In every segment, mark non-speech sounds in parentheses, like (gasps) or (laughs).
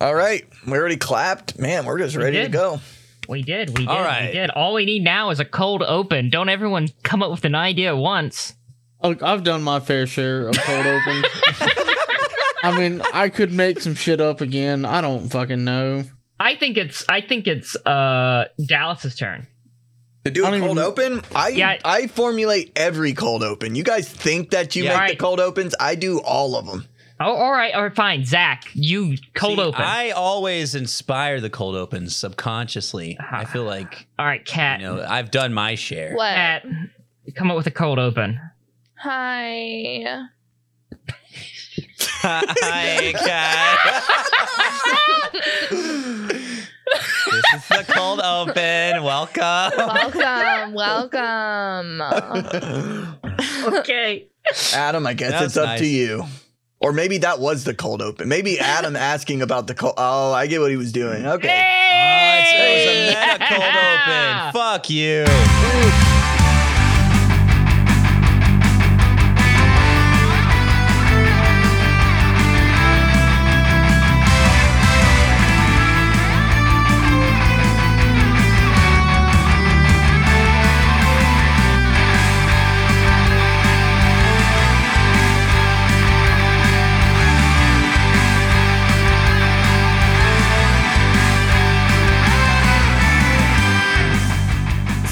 All right, we already clapped. Man, we're just ready to did. go. We did. We did. All We right. did. All we need now is a cold open. Don't everyone come up with an idea at once. Oh, I've done my fair share of cold opens. I mean, I could make some shit up again. I don't fucking know. I think it's. I think it's. Uh, Dallas's turn. To do I a don't cold even- open, I Yeah. I formulate every cold open. You guys think that you Yeah. make the Right. cold opens? I do all of them. Oh, all right. All right. Fine. Zach, you cold See, open. I always inspire the cold opens subconsciously. I feel like all right, you Cat. know I've done my share. (laughs) What? Cat, come up with a cold open. (laughs) Hi. Hi, guys. this is the cold open. Welcome. Welcome. welcome. Okay. Adam, I guess That it's was up to nice. you. Or maybe that was the cold open. Maybe (laughs) Adam asking about the cold. Oh, I get what he was doing. Okay. Oh, it's, it was a (laughs) meta Yeah. cold open. Fuck you.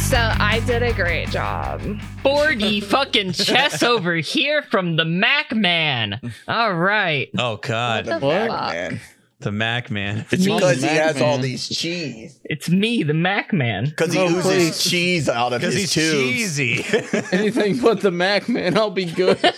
so I did a great job. 40 fucking chess over here from the Mac Man. All right. Oh God, the fuck? fuck? Ah, Man. the Mac man. It's Me. because he Mac has all man. these cheese. It's me, the Mac Man. Because he No, oozes please. cheese out of (laughs) Because his tubes. he's cheesy. (laughs) Anything but the Mac, man. I'll be good. he's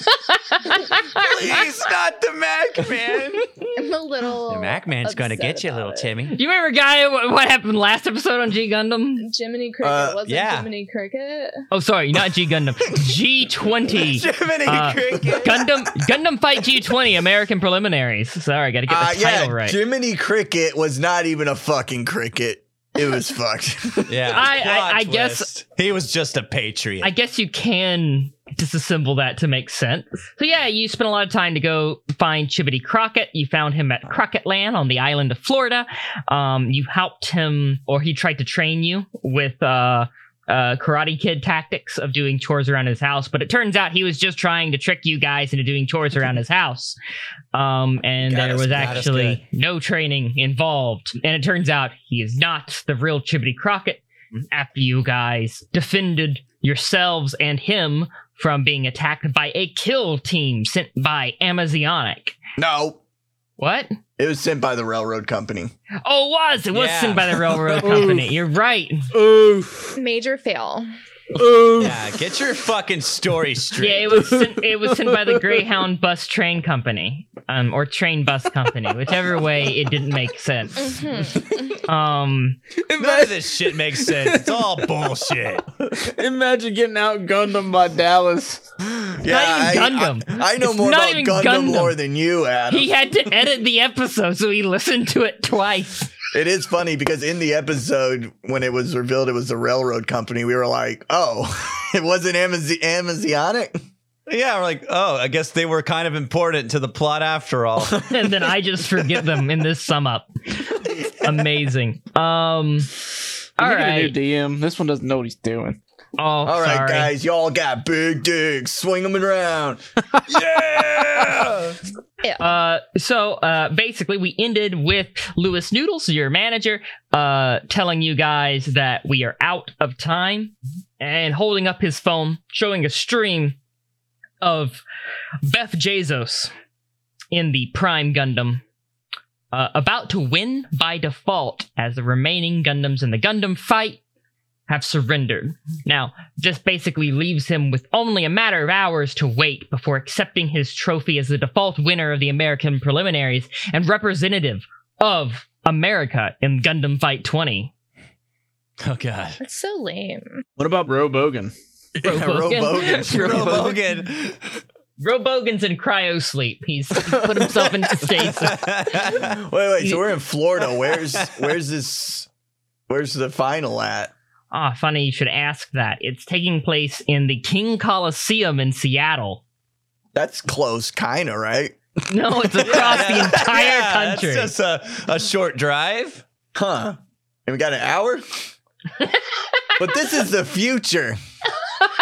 not the Mac man. I'm a little. The Mac man's gonna upset get you, little about it. Timmy. You remember, guy, wh- what happened last episode on G Gundam? Jiminy Cricket Uh, wasn't yeah. Jiminy Cricket. Oh, sorry, not G (laughs) Gundam. G20. Jiminy Uh, Cricket. Gundam Gundam Fight G20 American Preliminaries. Sorry, got to get Uh, the title yeah, right. Jiminy Cricket was not even a fucking cricket. It was fucked. (laughs) Yeah. I- I- plot I guess- twist. he was just a patriot. I guess you can disassemble that to make sense. So yeah, you spent a lot of time to go find Chibity Crockett. You found him at Crockett Land on the island of Florida. Um, you helped him, or he tried to train you with uh, uh, Karate Kid tactics of doing chores around his house. But it turns out he was just trying to trick you guys into doing chores around his house. Um, and Got there us- was got us actually no training involved. And it turns out he is not the real Chibity Crockett after you guys defended yourselves and him from being attacked by a kill team sent by Amazonic. no, What? it was sent by the railroad company. Oh, it was. It was Yeah. sent by the railroad (laughs) company. You're right. oof, Major fail. oof. yeah, get your fucking story straight. Yeah, it was sent, it was sent by the Greyhound Bus Train Company, um, or Train Bus Company, whichever way it didn't make sense. Mhm. Um, None of this shit makes sense. It's all bullshit. Imagine getting out Gundam by Dallas. (laughs) not even I- Gundam. I, I know It's more not about even Gundam, Gundam. lore than you, Adam. he had to edit the episode, so he listened to it twice. It is funny because in the episode when it was revealed it was the railroad company, we were like, "Oh, (laughs) it wasn't Amazi- Amazonic." Yeah, we're like, oh, I guess they were kind of important to the plot after (laughs) all. and then I just forgive them in this sum up. Amazing. Um, all We need a right. new DM. This one doesn't know what he's doing. Oh, All right, sorry. guys, y'all got big dicks. Swing them (laughs) around. yeah. Uh, so uh, basically, we ended with Lewis Noodles, your manager, uh, telling you guys that we are out of time and holding up his phone, showing a stream of Beth Jesus in the Prime Gundam. Uh, about to win by default as the remaining Gundams in the Gundam fight have surrendered. Now, this basically leaves him with only a matter of hours to wait before accepting his trophy as the default winner of the American preliminaries and representative of America in Gundam Fight (laughs) 20. Oh (laughs) god. That's so lame. What about Robogan? Yeah, Robogan. (laughs) (laughs) Robogan. Robogan. Robogan's in cryo sleep. He's he put himself (laughs) into stasis. (laughs) wait, wait. So we're in Florida. (laughs) Where's where's this? Where's the final at? Ah, funny you should ask that. It's taking place in the King Coliseum in Seattle. That's close, kinda, right? No, it's across the entire (laughs) Yeah, country. That's just a, a short drive. Huh. And we got an (laughs) hour? but this is the future.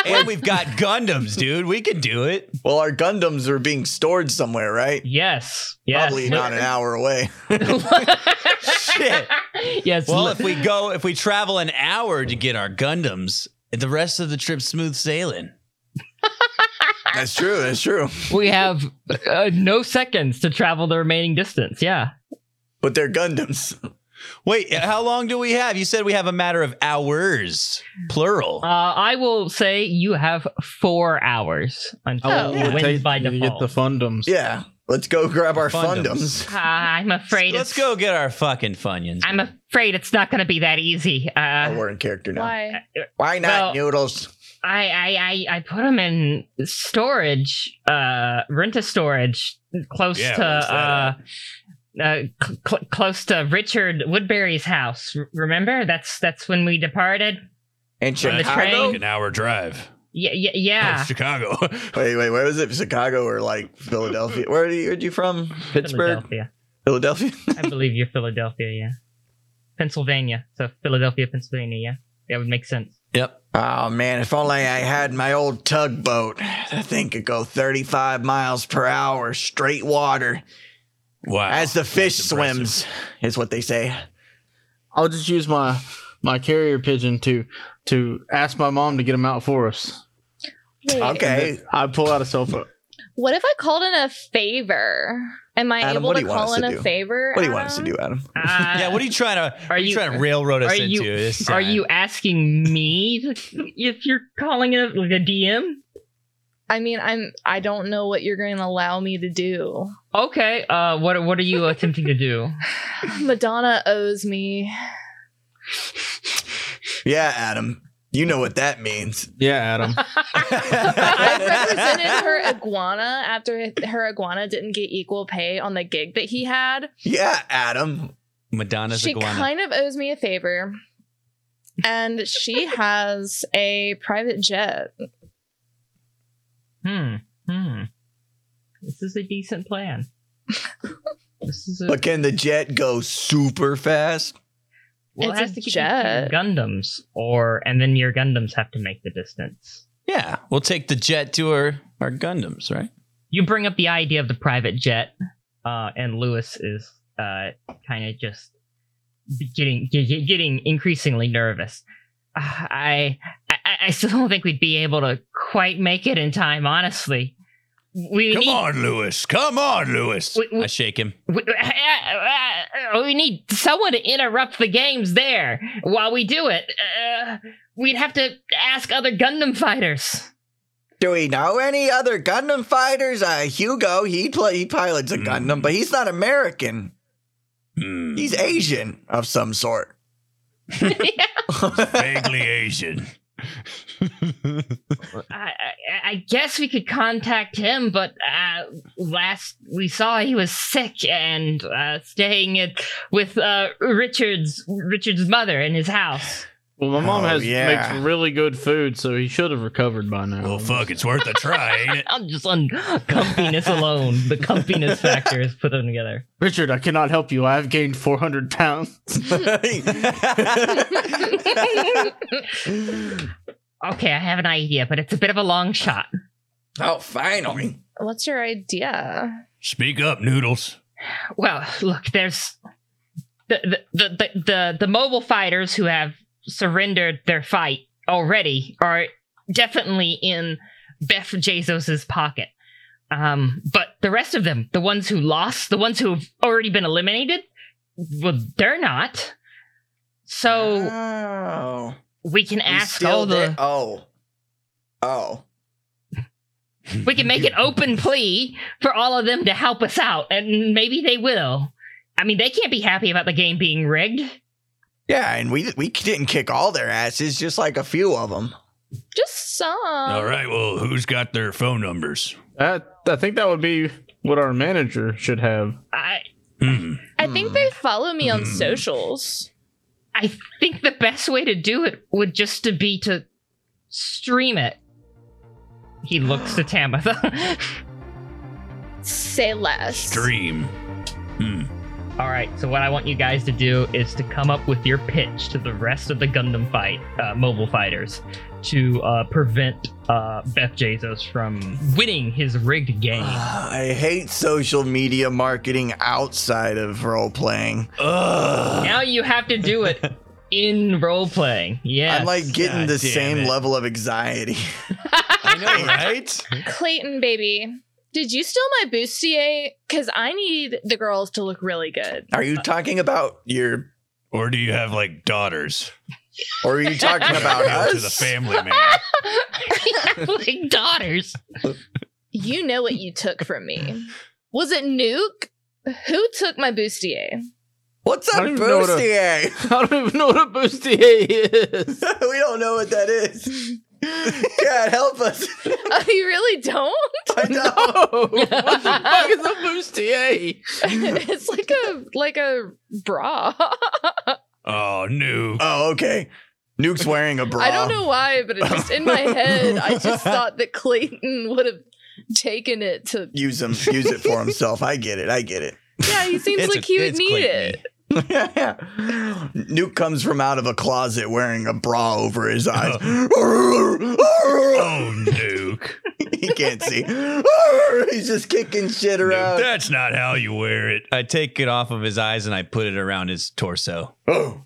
And we've got Gundams, dude. We can do it. Well, our Gundams are being stored somewhere, right? Yes. Yes. Probably not an hour away. Shit. (laughs) yes. Well, li- if we go, if we travel an hour to get our Gundams, the rest of the trip smooth sailing. That's true. That's true. we have uh, no seconds to travel the remaining distance. Yeah. But they're Gundams. Wait, how long do we have? You said we have a matter of hours, plural. Uh, I will say you have four hours until Oh, it it would wins take by you to get default. the fundums. Yeah. Let's go grab our Fundums. fundums. Uh, I'm afraid. Let's it's, go get our fucking Funyuns. I'm afraid it's not going to be that easy. Uh, oh, we're in character now. Why, Why? not Well- noodles? I, I, I, I put them in storage, uh, rent a storage close Yeah, to, where's uh, that uh, cl- cl- close to Richard Woodbury's house. R- remember, that's that's when we departed. And On the Chicago? train? an hour drive. Yeah, yeah, yeah. Oh, Chicago. (laughs) Wait, wait, where was it? Chicago or like Philadelphia? (laughs) Where are you, where you from? Pittsburgh? Philadelphia. Philadelphia? I believe you're Philadelphia. Yeah, Pennsylvania. So Philadelphia, Pennsylvania. Yeah, that would make sense. yep. Oh man, if only I had my old tugboat. That thing could go 35 miles per hour straight water Wow. as the fish that's impressive. swims, is what they say. I'll just use my my carrier pigeon to to ask my mom to get them out for us. Wait, Okay. I pull out a cell phone. What if I called in a favor? Am I Adam, able what do to you want call us in to a do? favor? What do you want us to Adam? do, Adam? Uh, Yeah, what are you trying to? Are you, you- trying to railroad us are you- into? this Uh, Are time? you (laughs) asking me to- if you're calling it like a DM? I mean, I'm. I don't know what you're going to allow me to do. (sighs) Okay. Uh, what what are you attempting to do? Madonna owes me. Yeah, Adam. You know what that means. Yeah, Adam. I (laughs) represented her iguana after her iguana didn't get equal pay on the gig that he had. Yeah, Adam. (laughs) Madonna's she iguana. kind of owes me a favor. And she has a private jet. Hmm. Hmm. This is a decent plan. This is a, But can the jet go super fast? well, It's it has a to keep you to jet. your Gundams, or and then your Gundams have to make the distance. yeah, we'll take the jet to our our Gundams, right? You bring up the idea of the private jet, uh, and Lewis is uh, kind of just getting ge- getting increasingly nervous. Uh, I, I I still don't think we'd be able to quite make it in time. Honestly, we need Lewis. Come on, Lewis. We- we- I shake him. We, (laughs) uh, we need someone to interrupt the games there while we do it. Uh, we'd have to ask other Gundam fighters. Do we know any other Gundam fighters? Uh, Hugo, he play, he pilots a Gundam, but he's not American. Hmm, He's Asian of some (laughs) sort. (laughs) vaguely Asian. I, I, I guess we could contact him, but uh, last we saw, he was sick and uh, staying at, with uh, Richard's Richard's mother in his house. Well, my mom Oh, has yeah. makes really good food, so he should have recovered by now. it's worth a try, ain't it? I'm just on comfiness alone. The comfiness factor is put them together. Richard, I cannot help you. I have gained 400 pounds. Okay, I have an idea, but it's a bit of a long shot. (laughs) oh, finally. What's your idea? Speak up, Noodles. Well, look, there's the the the the, the, the mobile fighters who have surrendered their fight already are definitely in Beth Jezos's pocket. Um, but the rest of them, the ones who lost, the ones who've already been eliminated, well, they're not. So Oh. we can We ask still all the did- oh oh we can make an open plea for all of them to help us out, and maybe they will. I mean, they can't be happy about the game being rigged. yeah and we we didn't kick all their asses just like a few of them Just some. right, well, who's got their phone numbers? That, I think that would be what our manager should have. I Hmm. I think they follow me on Hmm. socials. I think the best way to do it would just to be to stream it. He looks to Tamitha. Say less. Stream. Hmm. (laughs) All right, so what I want you guys to do is to come up with your pitch to the rest of the Gundam fight, uh, mobile fighters, to uh, prevent uh, Beth Bezos from winning his rigged game. (sighs) Uh, I hate social media marketing outside of role playing. Ugh. now you have to do it in role playing. Yeah. I'm like (laughs) getting God the damn same it. level of anxiety. (laughs) I know, right? Clayton, baby. Did you steal my bustier? Because I need the girls to look really good. Are you talking about your or do you have like daughters? or are you talking about Go us? to the family man. (laughs) like daughters. You know what you took from me. Was it Nuke? Who took my bustier? What's I up, don't even know what a- bustier? (laughs) (laughs) I don't even know what a bustier is. we don't know what that is. God, help us. (laughs) Oh, you really don't? (laughs) I know. (laughs) (laughs) Oh, what the fuck (laughs) is a bustier? it's like a like a bra. Oh, new. Oh, okay. Nuke's wearing a bra. I don't know why, but it just in my head, I (laughs) just thought that Clayton would have taken it to. Use him. Use it (laughs) for himself. I get it. I get it. (laughs) Yeah, he seems It's like a- he would it's need Clayton-y. it. Nuke comes from out of a closet wearing a bra over his eyes. (laughs) Oh, Nuke. he can't see. (laughs) He's just kicking shit Nuke, around. That's not how you wear it. I take it off of his eyes and I put it around his torso. Oh,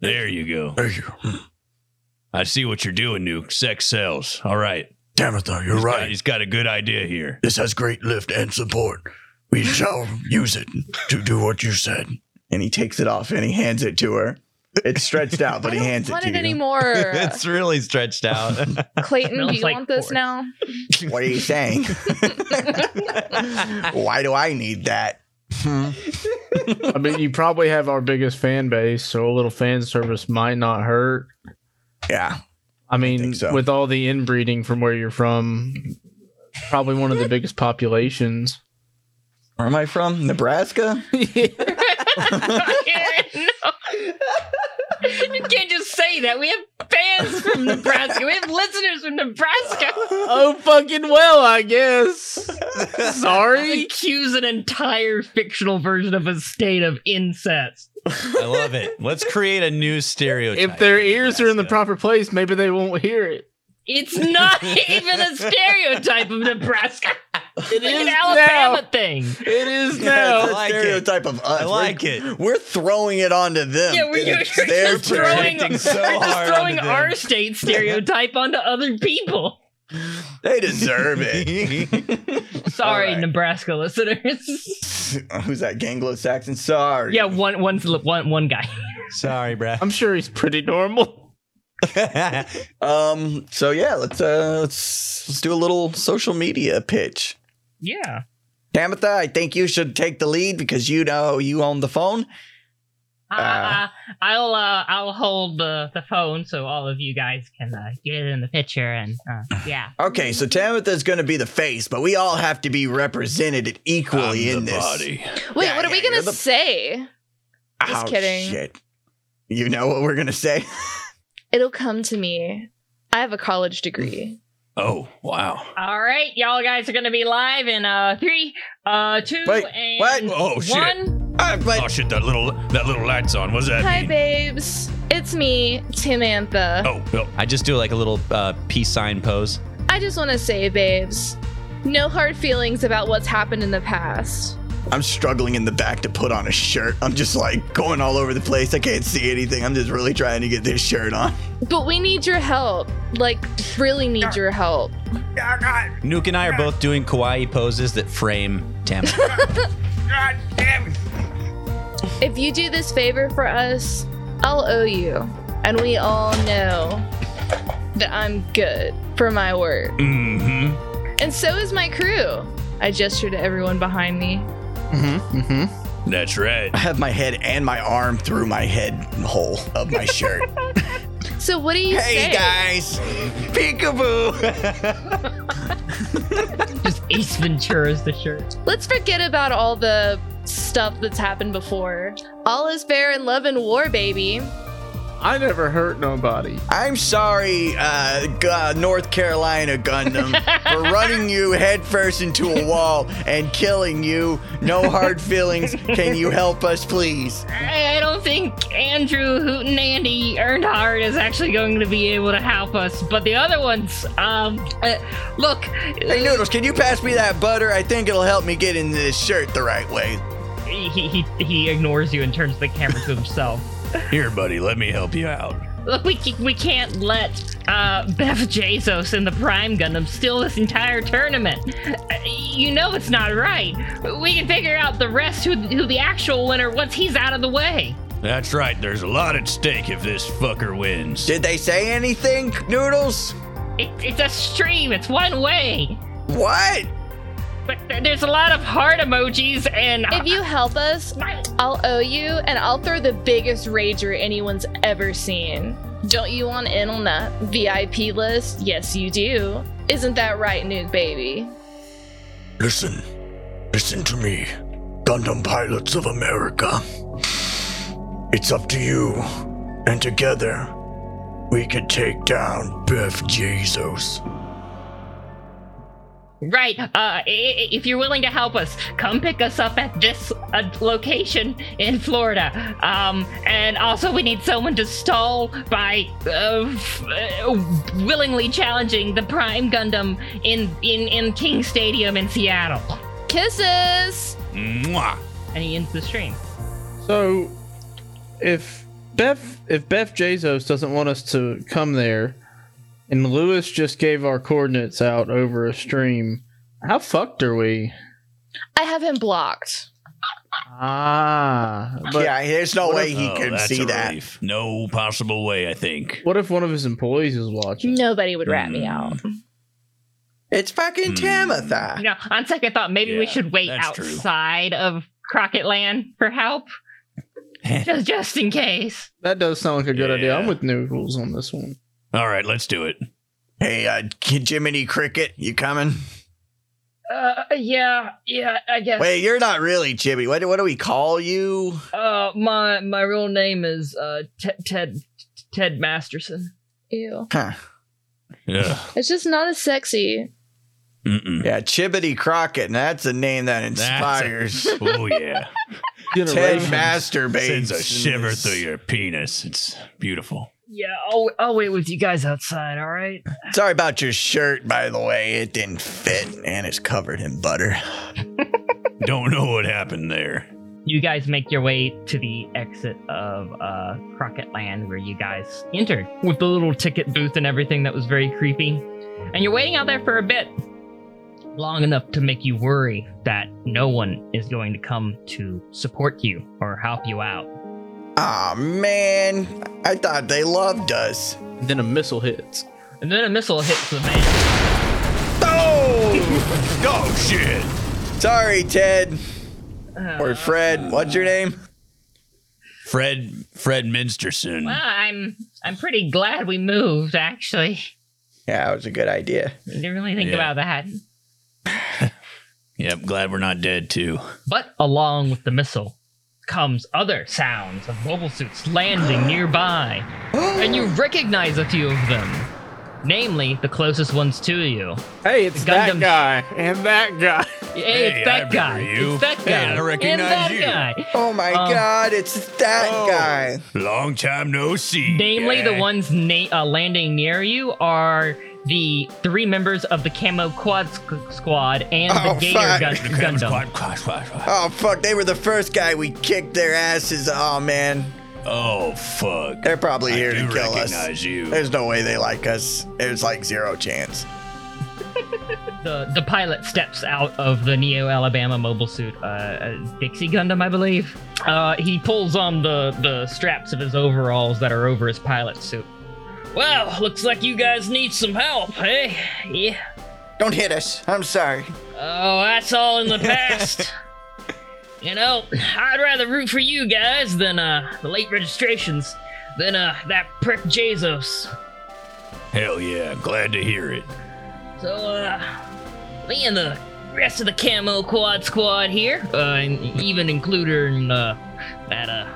There you go. there you. I see what you're doing, Nuke. Sex sells. All right. Tamitha, you're All right, He's got a good idea here. This has great lift and support. We shall use it to do what you said. And he takes it off and he hands it to her. It's stretched out, but I he don't hands it want to it you. anymore. (laughs) it's really stretched (laughs) out. (laughs) Clayton, do Smells you like want this pork. now? What are you saying? (laughs) Why do I need that? Hmm. I mean, you probably have our biggest fan base, so a little fan service might not hurt. Yeah. I mean, think so. with all the inbreeding from where you're from, probably one of the biggest populations. Where am I from? (laughs) Nebraska? no. (laughs) You can't just say that. We have fans from Nebraska. We have listeners from Nebraska. (laughs) oh, fucking well, (laughs) I guess. Sorry. Accuse an entire fictional version of a state of incest. I love it. Let's create a new stereotype. If their ears are in the proper place, maybe they won't hear it. It's not even a stereotype of Nebraska. It It's is an Alabama now. thing. It is Yeah, now. it's a like it. stereotype of us. I like we're, it. We're throwing it onto them. Yeah, we're, and you're, it's you're their just throwing, turn. we're projecting so just hard throwing onto our them. state stereotype onto other people. They deserve it. (laughs) Sorry, All right. Nebraska listeners. (laughs) Who's that? Anglo-Saxon? Sorry. yeah, one, one's, li- one, one guy. Sorry, bruh. (laughs) I'm sure he's pretty normal. Um. So yeah, let's uh let's let's do a little social media pitch. Yeah. Tamitha, I think you should take the lead because you know you own the phone. I- I- I- I'll uh, I'll hold the, the phone so all of you guys can uh, get in the picture and uh, yeah. Okay, so Tamitha's going to be the face, but we all have to be represented equally I'm in the this. body. Wait, Yeah, what are yeah, we gonna you're the- say? Just Oh, kidding. Shit. You know what we're going to say? (laughs) It'll come to me. I have a college degree. Oh, wow. All right, y'all guys are gonna be live in uh three, uh two, Wait, and what? Oh, shit. one. Uh, Oh but shit! That little that little light's on. What's that Hi, mean? babes. It's me, Timantha. Oh, no. I just do like a little uh, peace sign pose. Oh. I just want to say, babes, no hard feelings about what's happened in the past. I'm struggling in the back to put on a shirt. I'm just like going all over the place. I can't see anything. I'm just really trying to get this shirt on. But we need your help. Like, really need your help. Nuke and I are both doing kawaii poses that frame Tammy. If you do this favor for us, I'll owe you. And we all know that I'm good for my word. (laughs) Mm. mm-hmm. And so is my crew. I gesture to everyone behind me. Mm-hmm. Mm-hmm. That's right. I have my head and my arm through my head hole of my (laughs) shirt. So, what do you hey say? guys, peekaboo. (laughs) Just Ace Ventura is the shirt. Let's forget about all the stuff that's happened before. All is fair in love and war, baby. I never hurt nobody. I'm sorry, uh, G- uh, North Carolina Gundam, for running you headfirst into a wall and killing you. No hard feelings. Can you help us, please? I, I don't think Andrew Hootenandy Earnhardt is actually going to be able to help us, but the other ones, um, uh, look, Hey, Noodles, can you pass me that butter? I think it'll help me get in this shirt the right way. he, he, he ignores you and turns the camera to himself. Here, buddy, let me help you out. Look, we, ca- we can't let uh, Bev Jesus and the Prime Gundam steal this entire tournament. Uh, You know it's not right. We can figure out the rest who, who the actual winner once he's out of the way. That's right. There's a lot at stake if this fucker wins. Did they say anything, Noodles? It, it's a stream, it's one way. What? But th- there's a lot of heart emojis and. If you help us, I'll owe you and I'll throw the biggest rager anyone's ever seen. Don't you want in on that VIP list? Yes, you do. Isn't that right, Nuke Baby? Listen, listen to me, Gundam Pilots of America. It's up to you, and together, we could take down Beth Jesus. Right. Uh, i- i- if you're willing to help us, come pick us up at this uh, location in Florida. Um, and also, we need someone to stall by uh, f- uh, willingly challenging the Prime Gundam in, in, in King Stadium in Seattle. Kisses! Mwah. And he ends the stream. So, if Beth if Beth Jesus doesn't want us to come there, and Lewis just gave our coordinates out over a stream, how fucked are we? I have him blocked. Ah, but yeah, there's no way he Oh, can that's see a that. relief. No possible way, I think. what if one of his employees is watching? Nobody would rat me out. It's fucking Tamitha. You know, on second thought, maybe we Yeah, should wait that's true. outside of Crockett Land for help. (laughs) just, just in case. That does sound like a good idea. I'm Yeah. with Noodles on this one. All right, let's do it. Hey, uh, K- Jiminy Cricket, you coming? Uh, yeah, yeah, I guess. Wait, you're not really Jimmy. What, what do we call you? Uh, my my real name is uh Ted Ted, Ted Masterson. Ew. Huh. Yeah. It's just not as sexy. Mm-mm. Yeah, Chibity Crockett, and that's a name that (laughs) inspires. That's a- oh yeah. Ted Generations. masturbates. Sends a in shiver this- through your penis. It's beautiful. Yeah, I'll I'll wait with you guys outside. All right. Sorry about your shirt, by the way. It didn't fit, and it's covered in butter. Don't know what happened there. You guys make your way to the exit of uh Crockett Land, where you guys entered with the little ticket booth and everything that was very creepy, and you're waiting out there for a bit, long enough to make you worry that no one is going to come to support you or help you out. Aw, man. I thought they loved us. Then a missile hits. And then a missile hits the man. Oh! Oh shit! Sorry, Ted. Oh, Or Fred. What's your name? Fred Fred Minsterson. Well, I'm I'm pretty glad we moved. Actually, Yeah, that was a good idea. I didn't really think Yeah. about that. Yep, glad we're not dead too. But along with the missile comes other sounds of mobile suits landing (gasps) nearby, and you recognize a few of them, namely the closest ones to you. Hey, it's Gundam- that guy and that guy. Hey, it's I that remember guy. you. It's that Hey, I guy. and recognize that you. guy. Oh my Um, god, it's that guy. Long time no see. Namely, the guy. ones na- uh, landing near you are the three members of the Camo Quad squ- Squad and Oh, the Gator fuck. Gun- The Gundam. Kramer's quad, quad, quad, quad. Oh fuck, they were the first guy we kicked their asses. Oh man. Oh fuck! They're probably I here do to kill recognize us. you. There's no way they like us. There's like zero chance. The the pilot steps out of the Neo Alabama mobile suit, uh, uh, Dixie Gundam, I believe. Uh, he pulls on the the straps of his overalls that are over his pilot suit. Well, looks like you guys need some help, hey? Yeah. Don't hit us. I'm sorry. Oh, that's all in the past. you know, I'd rather root for you guys than uh, the late registrations, than uh, that prick Jesus. Hell yeah! Glad to hear it. So, uh, me and the rest of the Camo Quad Squad here, uh, and even including, uh, that, uh,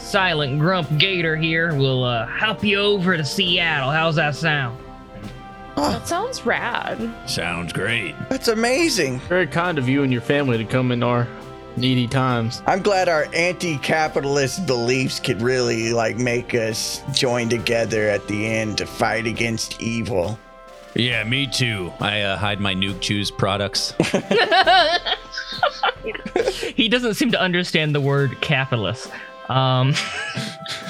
Silent Grump Gator here will uh, help you over to Seattle. How's that sound? That sounds rad. Sounds great. That's amazing. Very kind of you and your family to come in our needy times. I'm glad our anti-capitalist beliefs could really like make us join together at the end to fight against evil. Yeah, me too. I uh, hide my nuke (laughs) juice products. He doesn't seem to understand the word capitalist. Um,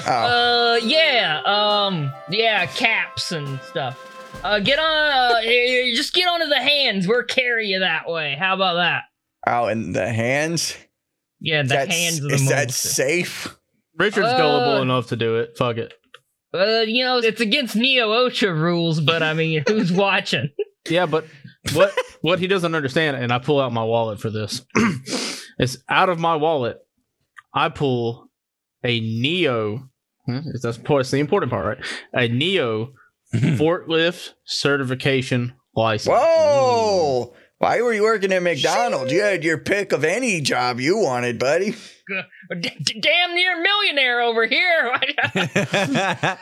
Oh, uh, yeah, um, yeah, caps and stuff. Uh, get on, uh, eh, just get onto the hands. We'll carry you that way. How about that? oh, and the hands. Yeah, the That's- hands of the Is that monster. safe? Richard's Uh, gullible enough to do it. Fuck it. Uh, you know, it's against Neo OSHA rules, but I mean, who's watching? (laughs) Yeah, but what what he doesn't understand, and I pull out my wallet for this. (clears throat) it's out of my wallet. I pull a Neo. hmm, That's part. It's the important part, right? A Neo forklift certification license. Whoa! Why were you working at McDonald's? You had your pick of any job you wanted, (gasps) buddy. D- d- damn near millionaire over here. (laughs)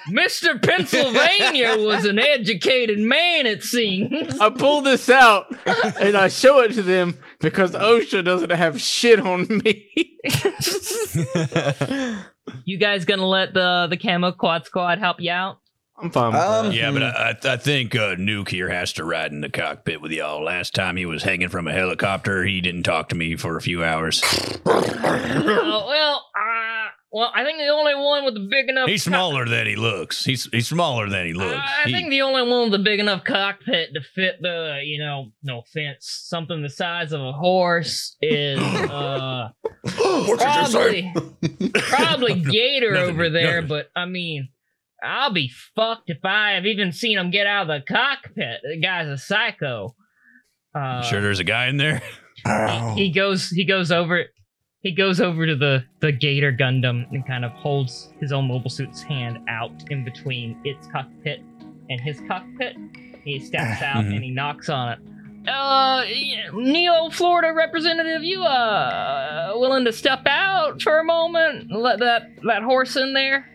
Mr. Pennsylvania was an educated man, it seems. I pull this out and I show it to them because OSHA doesn't have shit on me. (laughs) You guys gonna let the the camo quad squad help you (clears throat) out? I'm fine. With Um, that. yeah, but I, I- I think uh, Nuke here has to ride in the cockpit with y'all. Last time he was hanging from a helicopter, he didn't talk to me for a (laughs) few hours. Oh well, uh, well, I think the only one with the big enough. He's co- smaller than he looks. He's he's smaller than he Uh, looks. I He- think the only one with a big enough cockpit to fit the, you know, no offense, something the size of a horse (clears throat) is uh, What did you say? probably (laughs) probably Gator nothing, over there. nothing. But I mean, I'll be fucked if I have even seen him get out of the cockpit. The guy's a psycho. Uh, sure, there's a guy in there. Ow. he goes he goes over he goes over to the the gator gundam and kind of holds his own mobile suit's hand out in between its cockpit and his cockpit he steps out mhm. and he knocks on it uh yeah, neo florida representative you uh willing to step out for a moment and let that that horse in there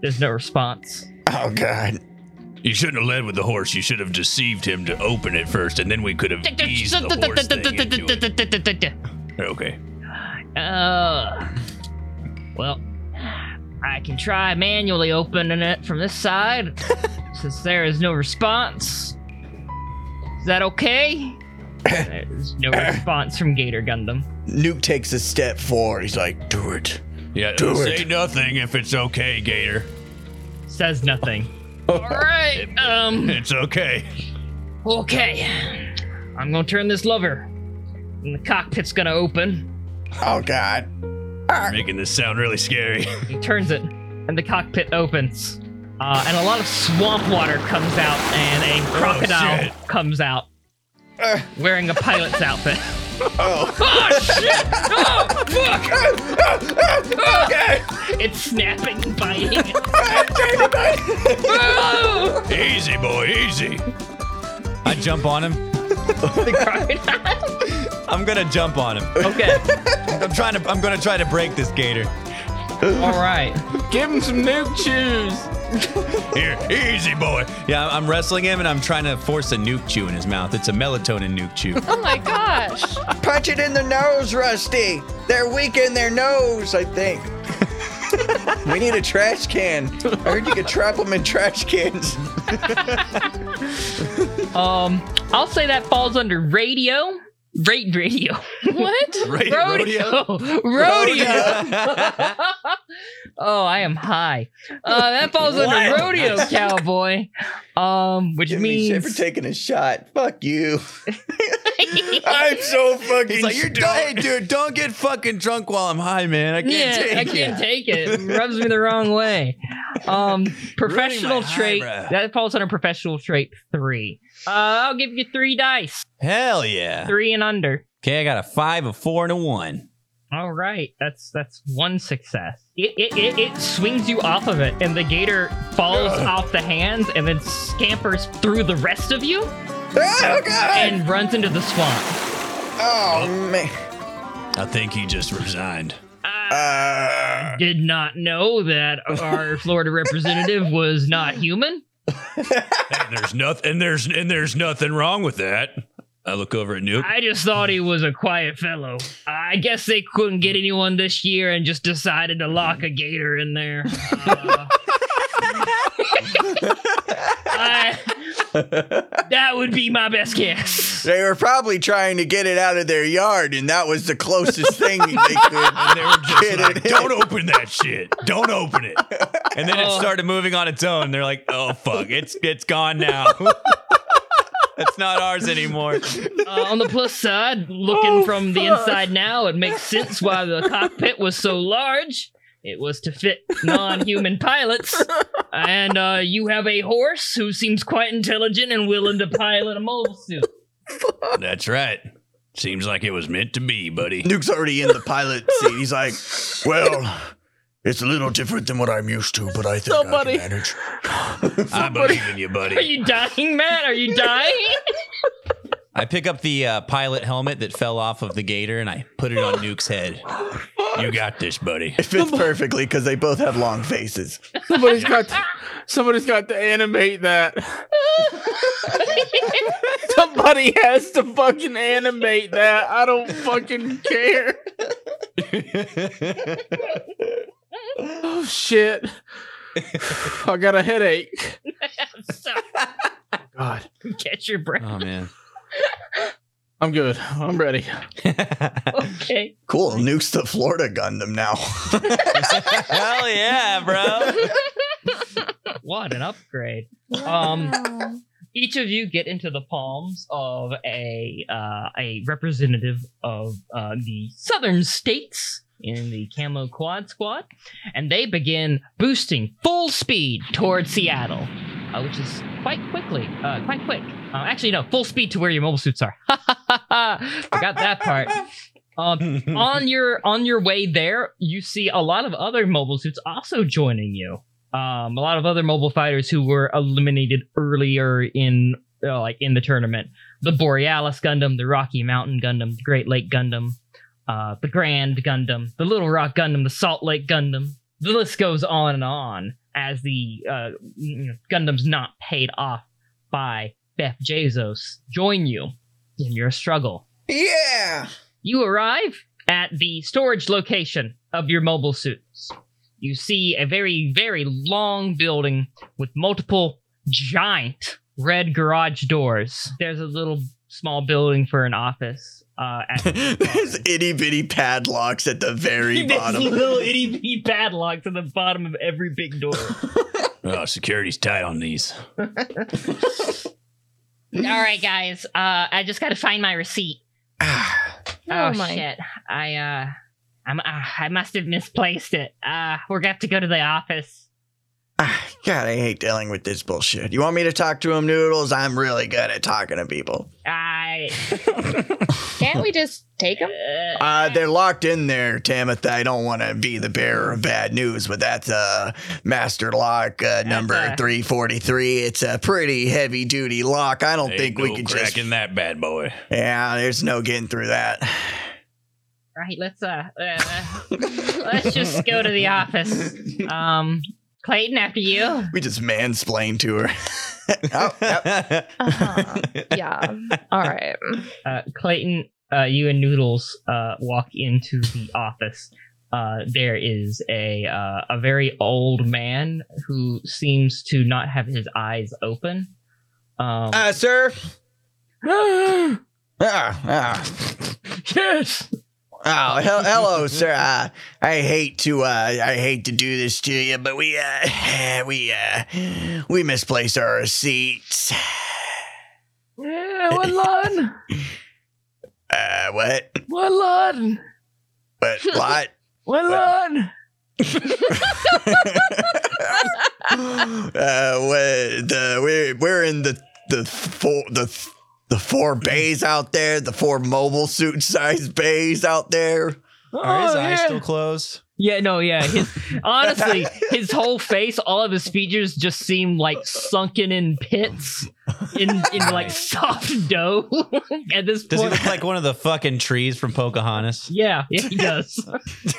there's no response Oh God! You shouldn't have led with the horse. You should have deceived him to open it first, and then we could have eased the horse thing into it. Okay. Uh, well, I can try manually opening it from this side, since there is no response. Is that okay? There's no response from Gator Gundam. Nuke takes a step forward. He's He's like, like, do it. Yeah. Do say it. nothing if it's okay, (laughs) Gator. Says nothing. All right. Um. It's okay. Okay. I'm gonna turn this lever, and the cockpit's gonna open. "Oh God!" Making this sound really scary. (laughs) He turns it, and the cockpit opens. Uh, and a lot of swamp water comes out, and a crocodile shit. comes out. Uh, wearing a pilot's outfit. oh, Oh shit! Oh fuck! okay. It's snapping, biting. easy, boy, easy. I jump on him. the crocodile. I'm gonna jump on him. Okay. (laughs) I'm trying to. I'm gonna try to break this gator. All right. Give him some nuke chews. Here, easy, boy. Yeah, I'm I'm wrestling him, and I'm trying to force a nuke chew in his mouth. It's a melatonin nuke (laughs) chew. Oh my gosh. Punch it in the nose, Rusty. They're weak in their nose, (laughs) I think. we need a trash can. I heard you could trap them in trash cans. Um, I'll say that falls under radio. Rate radio. What? Right, Rodeo. Rodeo. (laughs) oh, I am high. Uh, that falls under What? rodeo, cowboy. Um, which Give me shit for means taking a shot. (laughs) Fuck you. I'm so fucking. He's like, you're stoned." hey, dude, don't get fucking drunk while I'm high, man. I can't yeah, take I it. can't take it. It rubs me the wrong way. Um, professional Ruining my trait eyebrow. that falls under professional trait three. Uh, I'll give you three dice, Hell yeah. three and under. Okay, I got a five, a four, and a one. All right, that's that's one success. It it, it, it swings you off of it, and the gator falls off the hands and then scampers through the rest of you Oh God. and runs into the swamp. Oh man. I think he just resigned. Uh, did not know that our Florida representative was not human. And there's nothing. And there's and there's nothing wrong with that. I look over at Nuke. I just thought he was a quiet fellow. I guess they couldn't get anyone this year and just decided to lock a gator in there. Uh, (laughs) I- that would be my best guess. They were probably trying to get it out of their yard, and that was the closest thing they (laughs) could. and they were just Get like, it. "Don't open that shit! Don't open it!" And then it Oh. started moving on its own. They're like, "Oh fuck, it's it's (laughs) gone now. That's not ours anymore." Uh, on the plus side, looking from the inside now, it makes sense why the cockpit was so large. It was to fit non human pilots. And uh, you have a horse who seems quite intelligent and willing to pilot a mobile suit. That's right. Seems like it was meant to be, buddy. (laughs) Nuke's already in the pilot seat. He's like, well, it's a little different than what I'm used to, but I think Somebody- I can manage. I believe in you, Are buddy. you dying, Matt? Are you dying? I pick up the uh, pilot helmet that fell off of the gator and I put it on Nuke's head. You got this, buddy. It fits perfectly because they both have long faces. Somebody's got to, somebody's got to (laughs) animate that. Somebody has to fucking animate that. I don't fucking care. (laughs) oh shit. I got a headache. So, God. catch your (laughs) breath. Oh man. I'm good. I'm ready. (gasps) Okay. Cool. Nuke's the Florida Gundam now. (laughs) Hell yeah, bro. What an upgrade. Um, each of you get into the palms of a uh, a representative of uh, the southern states in the camo quad squad, and they begin boosting full speed towards Seattle, uh, which is quite quickly, uh, quite quick. Uh, actually, no, full speed to where your mobile suits are. (laughs) Forgot that part. Um, on your on your way there, you see a lot of other mobile suits also joining you. Um, a lot of other mobile fighters who were eliminated earlier in uh, like in the tournament. The Borealis Gundam, the Rocky Mountain Gundam, the Great Lake Gundam, uh, the Grand Gundam, the Little Rock Gundam, the Salt Lake Gundam. The list goes on and on as the uh, you know, Gundams not paid off by Beth Jezos join you in your struggle yeah. you arrive at the storage location of your mobile suits. You see a very, very long building with multiple giant red garage doors. There's a little small building for an office. Uh, at There's itty bitty padlocks at the (laughs) very (laughs) There's bottom. (sighs) little itty bitty padlocks at the bottom of every big (laughs) door. (laughs) Oh, security's tight on these. All right, guys. Uh, I just got to find my receipt. Oh, Oh, my. shit! I uh, I'm, uh, I must have misplaced it. Uh, we're gonna have to go to the office. Ah, God, I hate dealing with this bullshit. You want me to talk to him, Noodles? I'm really good at talking to people. I Can't we just take them? uh, Uh, they're locked in there, Tamitha. I don't want to be the bearer of bad news, but that's uh, master lock uh, number a- 343. It's a pretty heavy duty lock. I don't Ain't think no we could crack just. in that bad boy. Yeah, there's no getting through that. right let's uh, uh let's just go to the office um clayton after you We just mansplained to her. oh, yep. Uh-huh. yeah. All right. (laughs) uh clayton uh you and noodles uh walk into the office uh there is a uh, a very old man who seems to not have his eyes open um Uh, sir. Ah, ah. yes Oh, hel- hello, sir. Uh, I hate to uh, I hate to do this to you, but we uh, (sighs) we uh, we misplaced our receipts. Yeah, what line? Uh, what? What line? (laughs) What lot? What line? uh, what? The we're we're in the the four the the four bays out there, the four mobile suit size bays out there. Are Oh, Oh, his eyes yeah. still closed? yeah no yeah his honestly his whole face all of his features just seem like sunken in pits in, in like soft dough (laughs) at this Does he point. look like one of the fucking trees from (laughs) Pocahontas? (laughs) yeah, yeah, he does.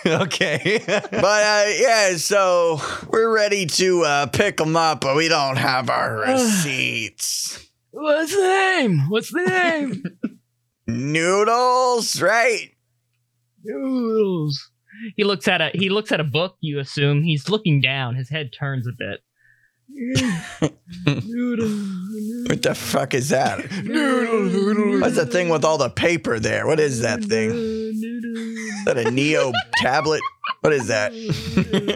okay. But uh, yeah, so we're ready to uh, pick them up, but we don't have (sighs) our receipts. What's the name? What's the name? Noodles, right? (laughs) Noodles. He looks at a he looks at a book. You assume he's looking down. His head turns a bit. What the fuck is that? (laughs) What's the thing with all the paper there? What is that (laughs) thing? Is that a Neo tablet? What is that?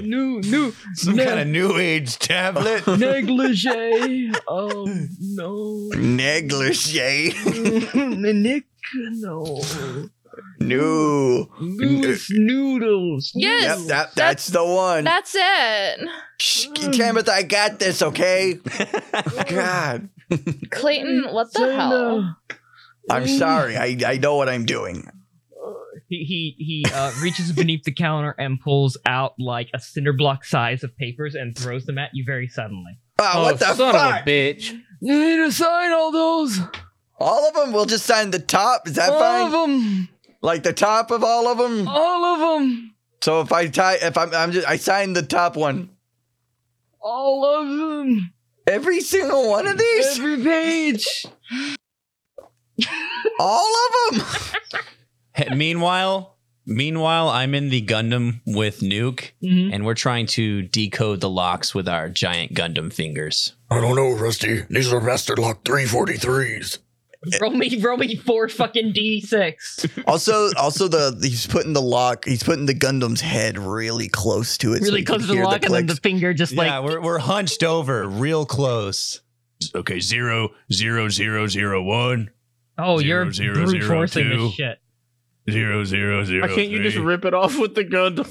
new new Some kind of new age tablet. negligee. (laughs) Oh no, Negligee. Nick. No, New. Louis noodles. Yep, Yes, that, that's the one. that's it. Shh, Kenneth, I got this, (laughs) okay? God. Clayton, what the Zayla. hell? I'm sorry. I, I know what I'm doing. He he he uh, reaches beneath the counter and pulls out like a cinder block size of papers and throws them at you very suddenly. Oh, what the son fuck? of a bitch! You need to sign all those. All of them? We'll just sign the top. Is that fine? them. Oh. Like the top of all of them? All of them. So if I tie, if I'm, I'm just, I sign the top one. All of them. Every single one of these? page. all of (laughs) them? (laughs) Hey, meanwhile, meanwhile, I'm in the Gundam with Nuke, Mm-hmm. and we're trying to decode the locks with our giant Gundam fingers. I don't know, Rusty. These are Master Lock 343s. Roll me, roll me four fucking (laughs) d6. also, also the, he's putting the lock, he's putting the Gundam's head really close to it. so Really you can close to the hear lock, and then the clicks. finger just yeah, like we're, we're hunched over, real close. okay, zero, zero, zero, zero, one, oh, Zero, you're zero, brute zero, forcing two. this shit. zero, zero, zero. Why can't you just three, rip it off with the gun? (laughs)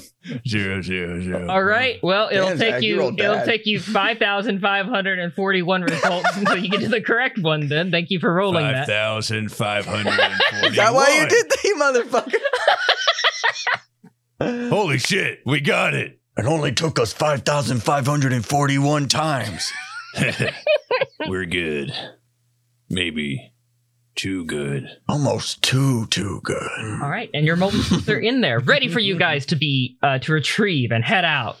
zero, zero, zero. All right, well, it'll Damn, take Zach, you you, rolled it'll uh, bad. take you five thousand five hundred and forty-one results (laughs) until you get to the correct one. Then thank you for rolling Five that. thousand five (laughs) hundred and forty-one. Is that why you did that, you (laughs) motherfucker? Holy shit, we (laughs) got it. It only took us 5,541 times. We're good. Maybe too good. Almost too, too good. All right, and your mobiles are in there, ready for (laughs) you guys to be uh, to retrieve and head out.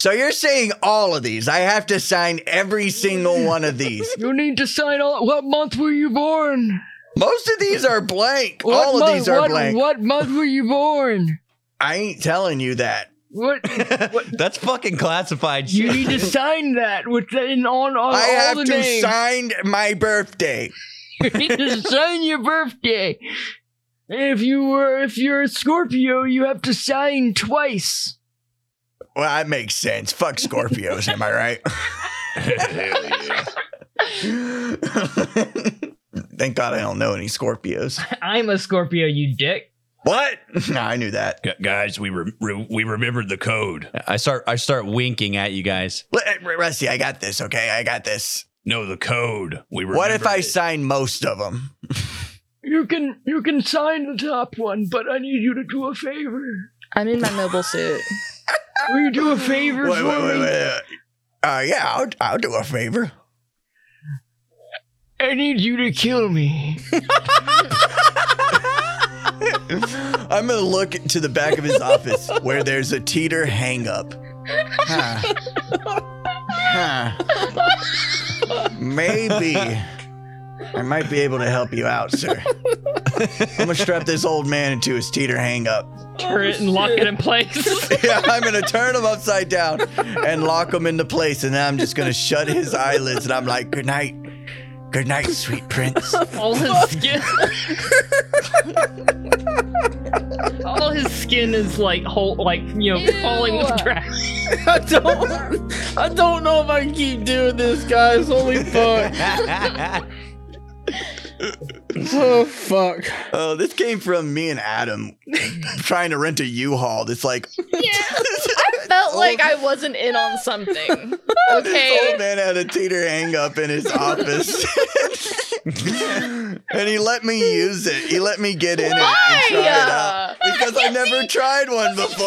So you're saying all of these? I have to sign every single one of (laughs) these. You need to sign all. What month were you born? Most of these are blank. all of these are blank. What month were you born? I ain't telling you that. What (laughs) That's fucking classified shit. you need to sign that with in on Oh, all, I have the to names. sign my birthday. you (laughs) need to sign your birthday. And if you were if you're a Scorpio, you have to sign twice. Well, that makes sense. Fuck Scorpios, am I right? (laughs) Thank God I don't know any Scorpios. I'm a Scorpio, you dick. What? (laughs) No, I knew that. Gu- Guys, we re- re- we remembered the code. I start I start winking at you guys. L- eh, R- Rusty, I got this, okay? I got this. No, the code. We remembered What if I it. sign most of them? You can you can sign the top one, but I need you to do a favor. I'm in my noble suit. (laughs) Will you do a favor Wait, wait, for wait, me? wait, wait. Uh, yeah, I'll, I'll do a favor. I need you to kill me. I'm gonna look to the back of his office where there's a teeter hang up. Huh. Huh. Maybe I might be able to help you out, sir. I'm gonna strap this old man into his teeter hang up. Turn it and lock it in (laughs) place. Yeah, (laughs) I'm gonna turn him upside down and lock him into place, and then I'm just gonna shut his eyelids and I'm like, good night. Good night, sweet (laughs) prince. All his skin. All his skin is like whole, like you know, Ew. falling with trash. I don't. I don't know if I can keep doing this, guys. (laughs) Holy fuck! Oh fuck! Oh, this came from me and Adam trying to rent a U-Haul. That's like (laughs) I Oh. felt like I wasn't in on (laughs) something. This old (laughs) Okay. man had a teeter hang up in his office. (laughs) and he let me use it. He let me get in it and try it out. Why? Because I never tried one before. (laughs)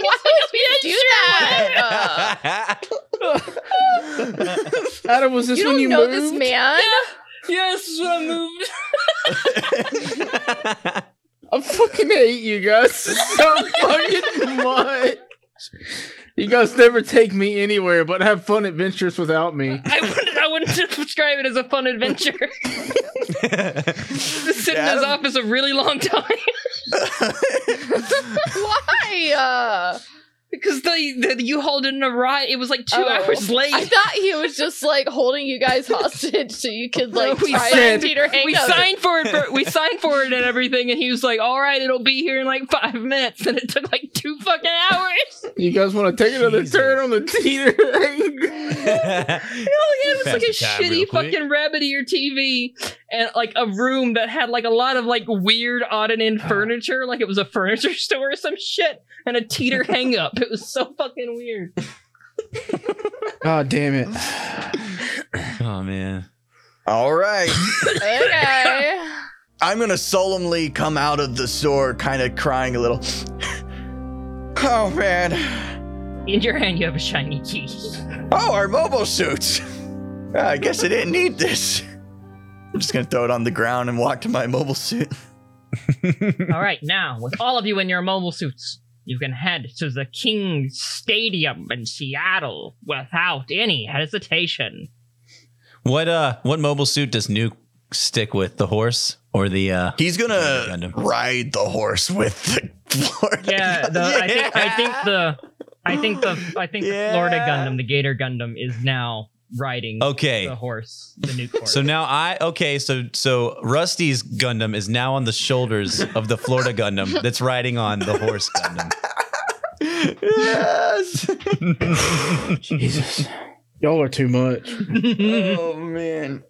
Why would we do that? I Adam, was this you when don't you know moved? this man. Yes, I moved. I fucking hate you guys (laughs) so fucking much. You guys never take me anywhere, but have fun adventures without me. I wouldn't. I wouldn't describe it as a fun adventure. Just sit in his Adam- office a really long time (laughs) Why? Uh, because the the U-Haul didn't arrive. It was like two Oh. hours late. I thought he was just like holding you guys hostage so you could (laughs) like We try said- and Peter Hank we up. signed for it. (laughs) For, we signed for it and everything, and he was like, "All right, it'll be here in like five minutes," and it took like two fucking hours. (laughs) You guys want to take another Jesus. turn on the teeter? All he had was like a Fast time real shitty quick. fucking rabbit ear TV and like a room that had like a lot of like weird odd and end furniture, like it was a furniture (laughs) store or some shit, and a teeter hang up. It was so fucking weird. (laughs) God damn it. oh man. (laughs) All right. (laughs) Okay. I'm gonna solemnly come out of the store, kind of crying a little. (laughs) Oh man! In your hand, you have a shiny key. Oh, our mobile suits. (laughs) Ah, I guess I didn't need this. I'm just gonna throw it on the ground and walk to my mobile suit. all right, now with all of you in your mobile suits. You can head to the King's Stadium in Seattle without any hesitation. What uh what mobile suit does Nuke stick with? The horse or the uh He's gonna Gundam. ride the horse with the Florida. (laughs) Yeah, the, I think I think the I think the I think the Florida Yeah. Gundam, the Gator Gundam, is now riding Okay. the horse, the (laughs) nuke horse. So now I okay, so so Rusty's Gundam is now on the shoulders of the Florida Gundam that's riding on the horse Gundam. yes. (laughs) Jesus. Y'all are too much. oh man.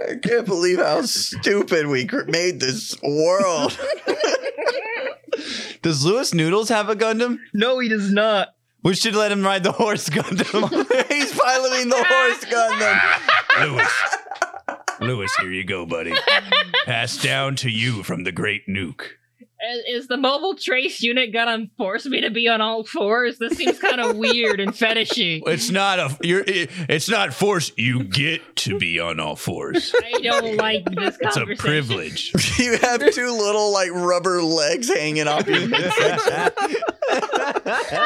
I can't believe how stupid we cr- made this world. Does Lewis Noodles have a Gundam? no, he does not. We should let (laughs) him ride the horse (laughs) Gundam. He's piloting the horse Gundam. Lewis. Lewis, here you go, buddy. Passed down to you from the great nuke. Is, the mobile trace unit gonna force me to be on all fours? This seems kind of weird and fetishy. It's not a you're it- it's not force you get to be on all fours. I don't like this It's a conversation. privilege. You have two little like rubber legs hanging off your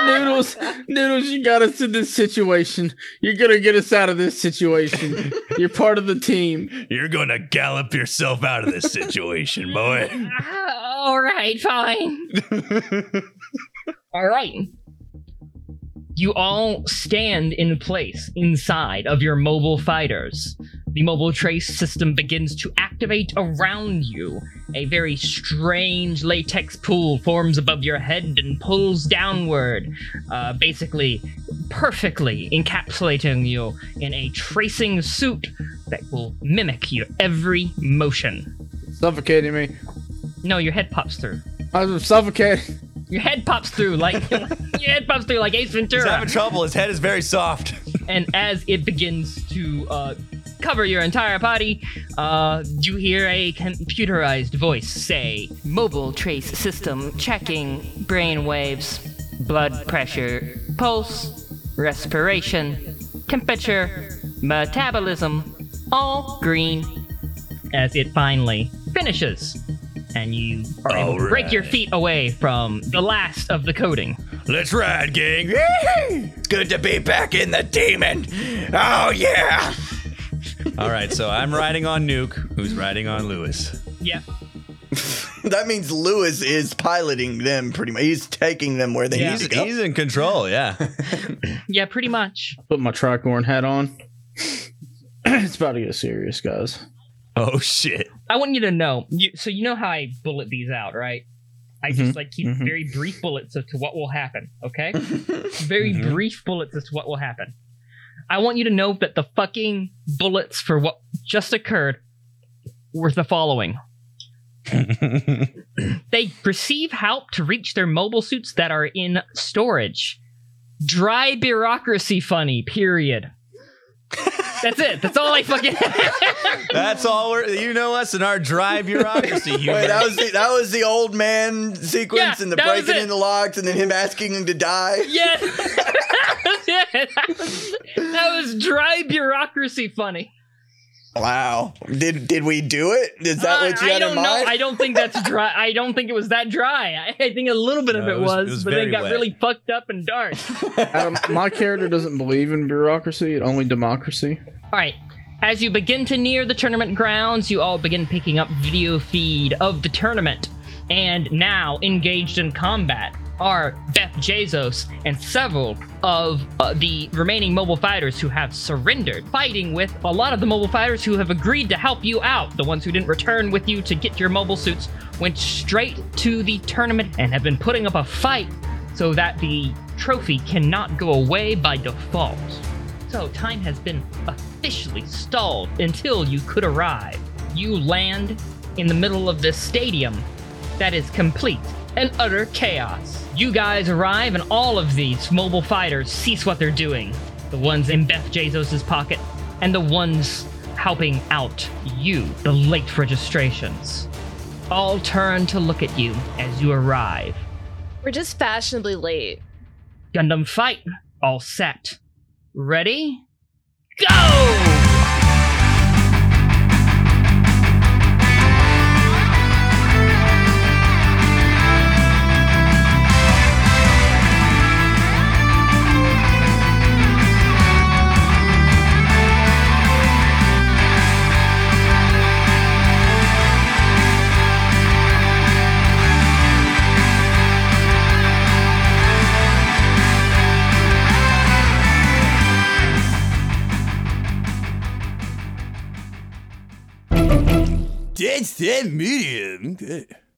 Noodles, Noodles, you got us in this situation. You're gonna get us out of this situation. You're part of the team. You're gonna gallop yourself out of this situation, boy. Ah, all right, fine. all right. You all stand in place inside of your mobile fighters. The mobile trace system begins to activate around you. A very strange latex pool forms above your head and pulls downward, uh, basically perfectly encapsulating you in a tracing suit that will mimic your every motion. Suffocating me. No, your head pops through. I'm suffocating. Your head pops through like your head pops through like Ace He's Ventura. having trouble. His head is very soft. and as it begins to uh, cover your entire body, uh, you hear a computerized voice say, "Mobile trace system checking brain waves, blood pressure, pulse, respiration, temperature, metabolism, all green." As it finally finishes. And you are able All to break your right. feet away from the last of the coding. Let's ride, gang. It's good to be back in the demon. Oh yeah. All right, so I'm riding on Nuke, who's riding on Lewis. Yeah. That means Lewis is piloting them pretty much. He's taking them where they Yeah. need He's, to go. he's in control, yeah. Yeah, pretty much. Put my tricorn hat on. (clears throat) it's about to get serious, guys. (laughs) Oh shit. I want you to know. You, so you know how I bullet these out, right? I just like keep mhm. very brief bullets as to what will happen. Okay, very Mhm. brief bullets as to what will happen. I want you to know that the fucking bullets for what just occurred were the following. they receive help to reach their mobile suits that are in storage. Dry bureaucracy funny, period. That's it. That's all I fucking. (laughs) That's all we're. You know us and our dry bureaucracy. (laughs) You Wait, that was the, that was the old man sequence Yeah, and the that was breaking it. in the locks and then him asking him to die. yes. (laughs) that, was, that was dry bureaucracy funny. Wow. Did did we do it? Is that Uh, what you I had don't in know. mind? I don't think that's dry. I don't think it was that dry. I, I think a little bit of No, it it was- was, it was but then very it got wet. really fucked up and dark. Adam, my character doesn't believe in bureaucracy, it only democracy. All right. As you begin to near the tournament grounds, you all begin picking up video feed of the tournament. And now, engaged in combat, are Beth Jezos and several of uh, the remaining mobile fighters who have surrendered, fighting with a lot of the mobile fighters who have agreed to help you out. The ones who didn't return with you to get your mobile suits went straight to the tournament and have been putting up a fight so that the trophy cannot go away by default. So time has been officially stalled until you could arrive. You land in the middle of this stadium that is complete and utter chaos. You guys arrive, and all of these mobile fighters cease what they're doing. The ones in Beth Jezos' pocket, and the ones helping out you, the late registrations. All turn to look at you as you arrive. We're just fashionably late. Gundam fight, all set. Ready? Go! Dead Set Medium. Good.